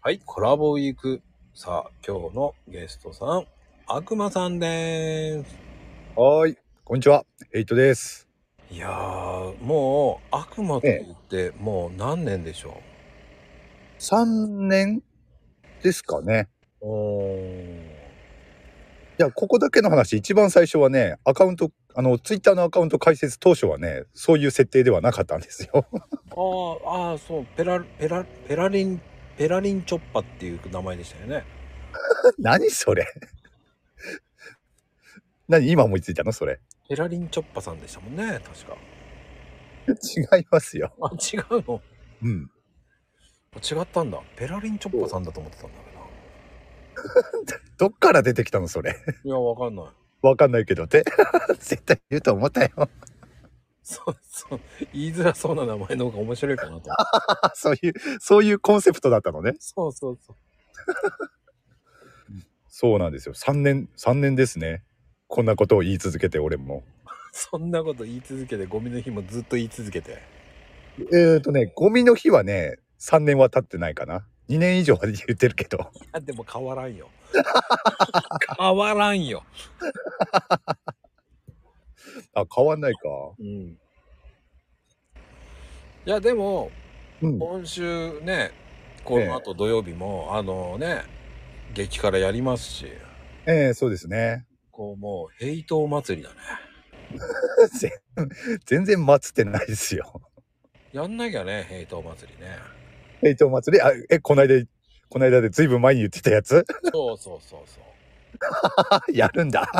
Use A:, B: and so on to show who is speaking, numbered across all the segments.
A: はい、コラボウィーク。さあ、今日のゲストさん、悪魔さんでーす。
B: はーい、こんにちは、ヘイトです。
A: いやー、もう、悪魔と言って、もう何年でしょ
B: 3年ですかね。
A: う。お
B: いや、ここだけの話、一番最初はね、アカウント、あの、ツイッターのアカウント開設当初はね、そういう設定ではなかったんですよ。
A: ー。あーあー、そう、ペラ、ペラ、ペラリン、ペラリンチョッパっていう名前でしたよね。
B: 何それ 何今思いついたのそれ。
A: ペラリンチョッパさんでしたもんね、確か。
B: 違いますよ。
A: あ、違うの。
B: うん。
A: 違ったんだ。ペラリンチョッパさんだと思ってたんだけ
B: どっから出てきたのそれ。
A: ど。いや、わかんない。
B: わかんないけど、で、 絶対言うと思ったよ。
A: そう、そう、言いづらそうな名前の方が面白いか なと。
B: あそういう、そういうコンセプトだったのね。
A: そうそうそう。
B: そうなんですよ。3年、3年ですね。こんなことを言い続けて、俺も。
A: そんなこと言い続けて、ゴミの日もずっと言い続けて。
B: えー、とね、ゴミの日はね、3年は経ってないかな。2年以上は言ってるけど。
A: あ、でも変わらん よ。変わらんよ。
B: あ、変わんないか。
A: うん。いや、でも、
B: うん。
A: 今週ね、こ
B: ええ
A: の後土曜日も、あのね、激辛やりますし、
B: ええそうですね。
A: こう、もう、ヘイト祭りだね。
B: 全全然祭ってないですよ。
A: やんなきゃね、ヘイト祭りね。
B: えっと、祭り、あ、え、こないだ、こないだでずいぶん前に言ってたやつ
A: そうそうそうそう。
B: やるんだ。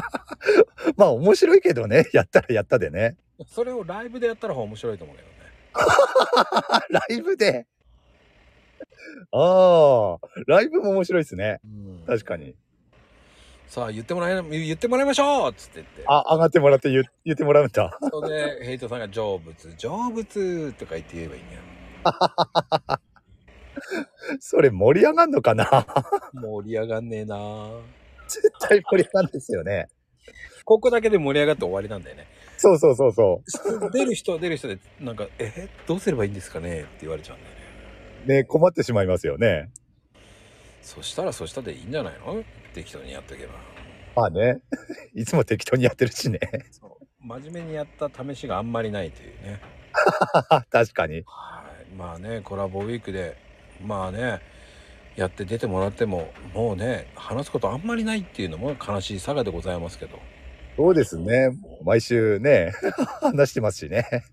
B: まあ、面白いけどね。やったらやったでね。
A: それをライブでやったら面白いと思うけどね。
B: あ、ライブで。ああ、ライブも面白いですね。
A: うん、
B: 確かに。
A: さあ言ってもらえな言ってもらいましょうっつって言って
B: あ、上がってもらって言う言ってもらうんだ。
A: それでヘイトさんが「成仏成仏」とか言って言えばいいんだよ
B: それ盛り上がんのかな
A: 盛り上がんねえなあ
B: 絶対盛り上がんですよね。
A: ここだけで盛り上がって終わりなんだよね
B: そうそうそうそ
A: 出る人は出る人でなんか「えどうすればいいんですかね?」って言われちゃうんだよね
B: う。ね、困ってしまいますよね。
A: そしたらそしたでいいんじゃないの適当にやっておけば
B: まあね、いつも適当にやってるしね。
A: そう真面目にやった試しがあんまりないというね
B: 確かに。
A: はい、まあねコラボウィークでまあねやって出てもらってももうね話すことあんまりないっていうのも悲しいさがでございますけど
B: そうですね。毎週ね、話してますしね。